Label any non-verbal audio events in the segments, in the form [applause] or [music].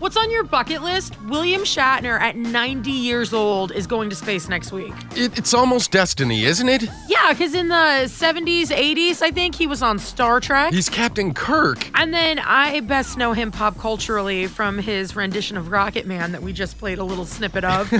What's on your bucket list? William Shatner at 90 years old is going to space next week. It, it's almost destiny, isn't it? Yeah, because in the 70s, 80s, I think he was on Star Trek. He's Captain Kirk. And then I best know him pop culturally from his rendition of Rocket Man that we just played a little snippet of,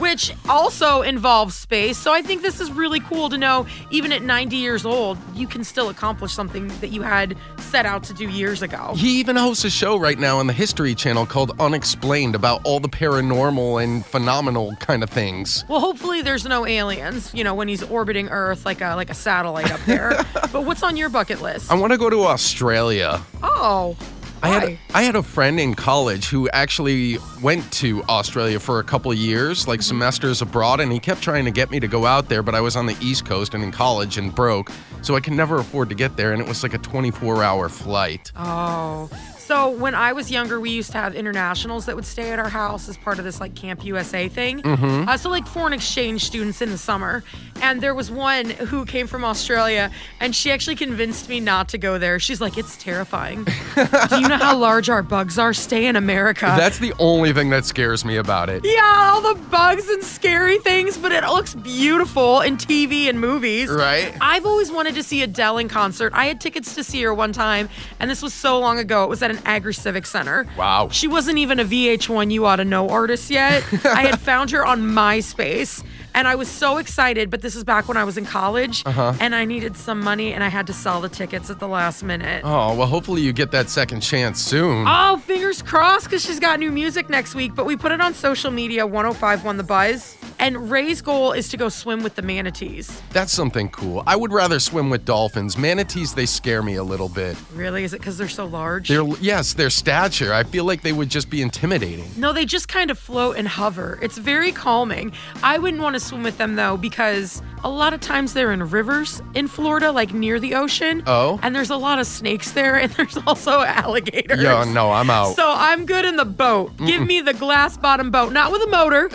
which also involves space. So I think this is really cool to know, even at 90 years old, you can still accomplish something that you had set out to do years ago. He even hosts a show right now on the History Channel called Unexplained about all the paranormal and phenomenal kind of things. Well, hopefully there's no aliens, you know, when he's orbiting Earth like a like a satellite up there. [laughs] but what's on your bucket list? I want to go to Australia. oh. I why? had, I had a friend in college who actually went to Australia for a couple of years, Mm-hmm. like semesters abroad, and he kept trying to get me to go out there, but I was on the East Coast and in college and broke, so I could never afford to get there, and it was like a 24 hour flight. Oh. So when I was younger, we used to have internationals that would stay at our house as part of this like Camp USA thing. Mm-hmm. Uh, so like foreign exchange students in the summer, and there was one who came from Australia, and she actually convinced me not to go there. She's like, "It's [laughs] terrifying. Do you know how large our bugs are? Stay in America." That's the only thing that scares me about it. yeah, all the bugs and scary things, but it looks beautiful in TV and movies. Right? I've always wanted to see Adele in concert. I had tickets to see her one time, and this was so long ago. It was at an Agri Civic Center. Wow. She wasn't even a VH1 You Ought to Know artist [laughs] yet. I had found her on MySpace, and I was so excited. But this is back when I was in college, Uh-huh. and I needed some money, and I had to sell the tickets at the last minute. Oh, well, hopefully you get that second chance soon. Oh, fingers crossed because she's got new music next week. But we put it on social media 1051 The Buzz. And Ray's goal is to go swim with the manatees. That's something cool. I would rather swim with dolphins. Manatees, they scare me a little bit. Really? Is it because they're so large? Their yes, their stature. I feel like they would just be intimidating. No, they just kind of float and hover. It's very calming. I wouldn't want to swim with them though, because a lot of times they're in rivers in Florida, like near the ocean. Oh. And there's a lot of snakes there, and there's also [laughs] alligators. Yeah, no, I'm out. So I'm good in the boat. Give me the glass bottom boat, not with a motor,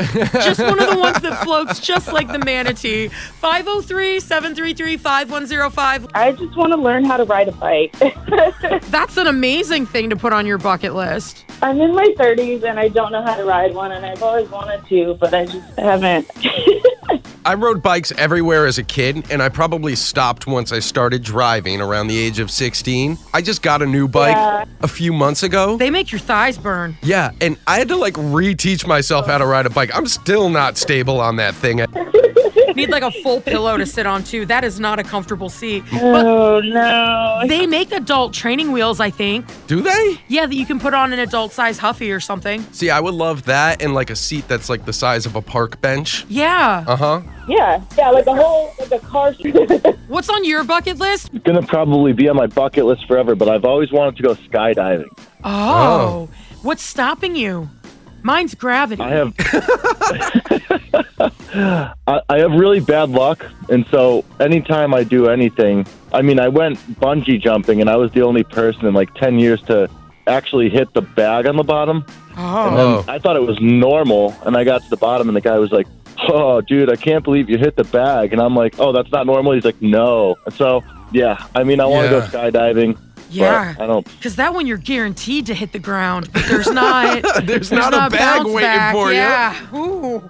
just one of the ones that floats just like the manatee. 503 733 5105. I just want to learn how to ride a bike. [laughs] That's an amazing thing to put on your bucket list. I'm in my 30s and I don't know how to ride one, and I've always wanted to, but I just haven't. [laughs] I rode bikes everywhere as a kid, and I probably stopped once I started driving around the age of 16. I just got a new bike Yeah. a few months ago. They make your thighs burn. yeah, and I had to like reteach myself how to ride a bike. I'm still not stable on that thing. Need like a full pillow to sit on too. That is not a comfortable seat. But oh no! they make adult training wheels, I think. Do they? Yeah, that you can put on an adult size Huffy or something. See, I would love that and like a seat that's like the size of a park bench. Yeah. Uh huh. Yeah, yeah, like a whole like a car. [laughs] What's on your bucket list? gonna probably be on my bucket list forever, but I've always wanted to go skydiving. Oh. What's stopping you? Mine's gravity. I have [laughs] I, I have really bad luck, and so anytime I do anything, I mean, I went bungee jumping, and I was the only person in like ten years to actually hit the bag on the bottom. oh. Oh. I thought it was normal, and I got to the bottom, and the guy was like. Oh, dude, I can't believe you hit the bag. And I'm like, oh, that's not normal. He's like, no. And so, yeah, I mean, I want to Yeah. go skydiving. Yeah. But I don't Because that one you're guaranteed to hit the ground, but there's not. [laughs] There's not a bag bounce waiting back. for you. Yeah. Ooh.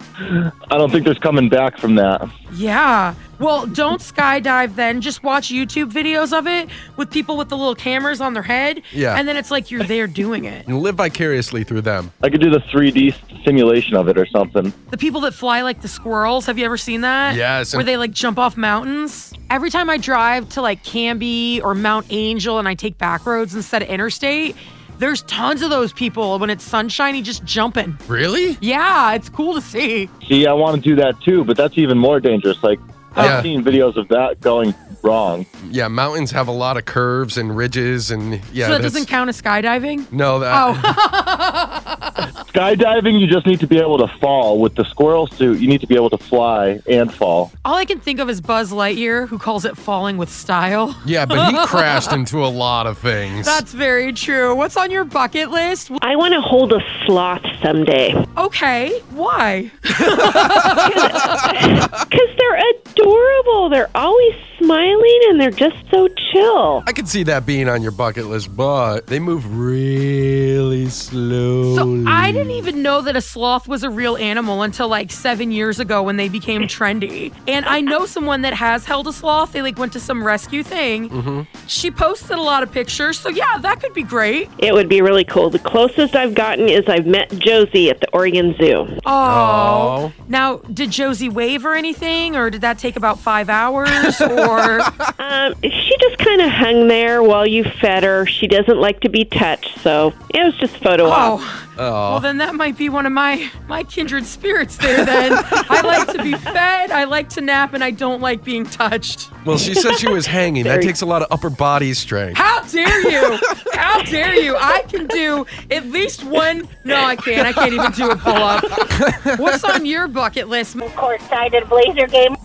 I don't think there's coming back from that. Yeah. Well, don't skydive then. Just watch YouTube videos of it with people with the little cameras on their head. Yeah. And then it's like you're there doing it. and live vicariously through them. I could do the 3D simulation of it or something. The people that fly like the squirrels. Have you ever seen that? Yes, Where and- they like jump off mountains. Every time I drive to like Canby or Mount Angel and I take back roads instead of interstate, there's tons of those people when it's sunshiny just jumping. Really? Yeah, it's cool to see. See, I want to do that too, but that's even more dangerous. Like, I've Yeah. seen videos of that going wrong. Yeah, mountains have a lot of curves and ridges and yeah. so that that's- doesn't count as skydiving? No, that. Oh, Skydiving, you just need to be able to fall. With the squirrel suit, you need to be able to fly and fall. all I can think of is Buzz Lightyear, who calls it falling with style. [laughs] [laughs] Yeah, but he crashed into a lot of things. That's very true. What's on your bucket list? I want to hold a sloth someday Okay, why? because they're adorable. They're always smiling and they're just so chill. I can see that being on your bucket list, but they move really slowly. So I didn't even know that a sloth was a real animal until like seven years ago when they became [laughs] trendy. And I know someone that has held a sloth. They like went to some rescue thing. Mm-hmm. She posted a lot of pictures. So yeah, that could be great. It would be really cool. The closest I've gotten is I've met Josie at the Oregon Zoo. Oh. Oh. Now, did Josie wave or anything? Or did that take about five hours? [laughs] or Um, she just kind of hung there while you fed her. She doesn't like to be touched, so it was just photo op. oh. Well, then that might be one of my my kindred spirits there. Then I like to be fed, I like to nap, and I don't like being touched. Well, she said she [laughs] was hanging. That takes a lot of upper body strength. How dare you? How dare you? I can do at least one. No, I can't. I can't even do a pull up. What's on your bucket list? Oh, courtside at Blazer game.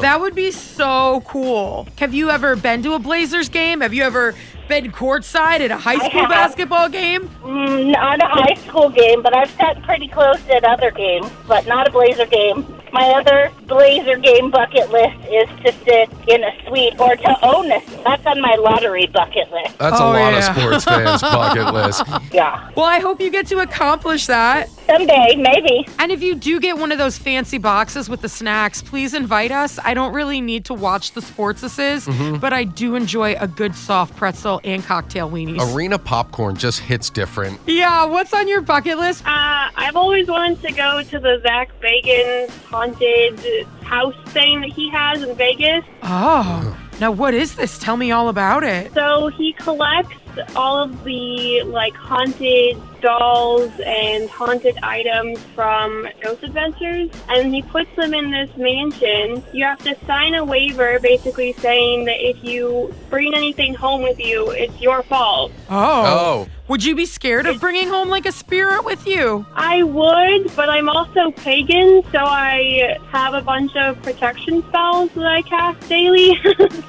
that would be so cool. Have you ever been to a Blazers game? Have you ever been courtside at a high school have. basketball game? Mm, not a high school game, but I've gotten pretty close at other games, but not a Blazer game. My other Blazer game bucket list is to sit in a suite or to own a. That's on my lottery bucket list. That's Oh, a lot of yeah. sports [laughs] fans' bucket list. Yeah. Well, I hope you get to accomplish that. Someday, maybe. And if you do get one of those fancy boxes with the snacks, please invite us. I don't really need to watch the sports ass's, Mm-hmm. but I do enjoy a good soft pretzel and cocktail weenies. Arena popcorn just hits different. Yeah, what's on your bucket list? Uh, I've always wanted to go to the Zach Bagan haunted house thing that he has in Vegas. Oh, now what is this? Tell me all about it. So he collects all of the like haunted dolls and haunted items from Ghost Adventures, and he puts them in this mansion. You have to sign a waiver, basically saying that if you bring anything home with you, it's your fault. Oh. Oh. Would you be scared of bringing home like a spirit with you? I would, but I'm also pagan, so I have a bunch of protection spells that I cast daily.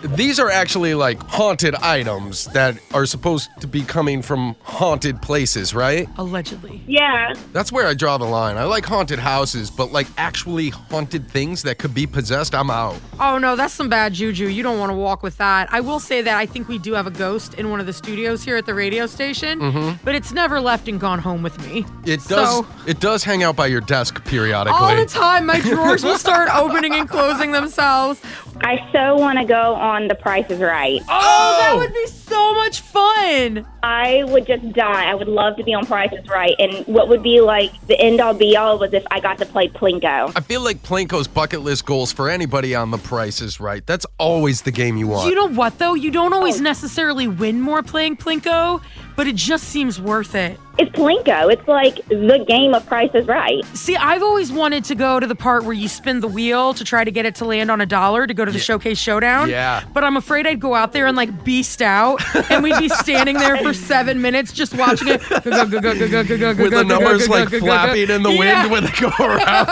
[laughs] These are actually like haunted items that are supposed to be coming from haunted places, right? Allegedly. yeah. That's where I draw the line. I like haunted houses, but like actually haunted things that could be possessed, I'm out. Oh no, that's some bad juju. You don't want to walk with that. I will say that I think we do have a ghost in one of the studios here at the radio station, but it's never left and gone home with me. Mm-hmm. It does So- it does hang out by your desk periodically. all the time, my drawers will [laughs] start opening and closing themselves. Oh! I so want to go on The Price is Right. Oh, that Oh! would be so much fun. I would just die. I would love to be on Price is Right. And what would be like the end all be all was if I got to play Plinko. I feel like Planko's bucket list goals for anybody on the price is right. That's always the game you want. You know what though? You don't always Oh. necessarily win more playing Plinko, but it just seems worth it. It's Plinko. It's like the game of Price is Right. See, I've always wanted to go to the part where you spin the wheel to try to get it to land on a dollar to go to the showcase showdown. Yeah. But I'm afraid I'd go out there and like beast out and [laughs] we'd be standing there for seven minutes just watching it. With with the the numbers like flapping in the [laughs] wind when they go around.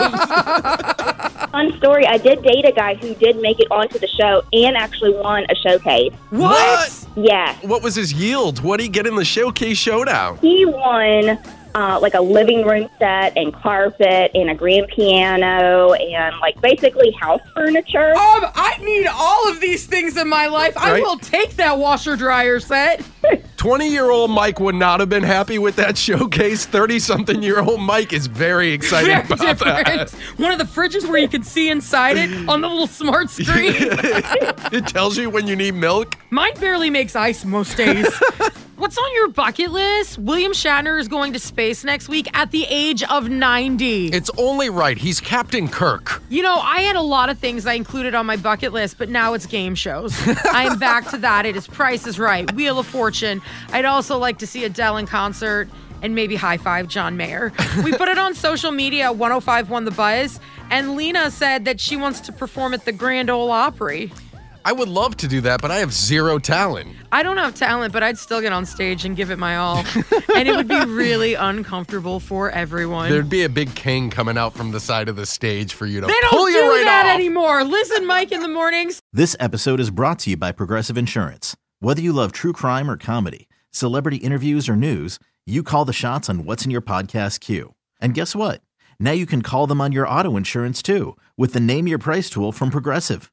[laughs] Fun story. I did date a guy who did make it onto the show and actually won a showcase. What? Yeah, what was his yield? What did he get in the showcase showdown? he won uh, like a living room set and carpet and a grand piano and like basically house furniture. Um, I need all of these things in my life. I Right? will take that washer dryer set. 20 year old Mike would not have been happy with that [laughs] showcase. 30 something year old Mike is very excited Very about different. that. One of the fridges where you can see inside it on the little smart screen. it tells you when you need milk. Mine barely makes ice most days. What's on your bucket list? William Shatner is going to space next week at the age of 90. It's only right. He's Captain Kirk. You know, I had a lot of things I included on my bucket list, but now it's game shows. I am back to that. It is Price is Right, Wheel of Fortune. I'd also like to see Adele in concert and maybe high five John Mayer. We put it on social media, 105 the buzz, and Lena said that she wants to perform at the Grand Ole Opry. I would love to do that, but I have zero talent. I don't have talent, but I'd still get on stage and give it my all. and it would be really uncomfortable for everyone. There'd be a big king coming out from the side of the stage for you to they don't pull do you right that off. anymore. Listen, Mike, in the mornings. This episode is brought to you by Progressive Insurance. Whether you love true crime or comedy, celebrity interviews or news, you call the shots on what's in your podcast queue. And guess what? Now you can call them on your auto insurance too with the Name Your Price tool from Progressive.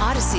Odyssey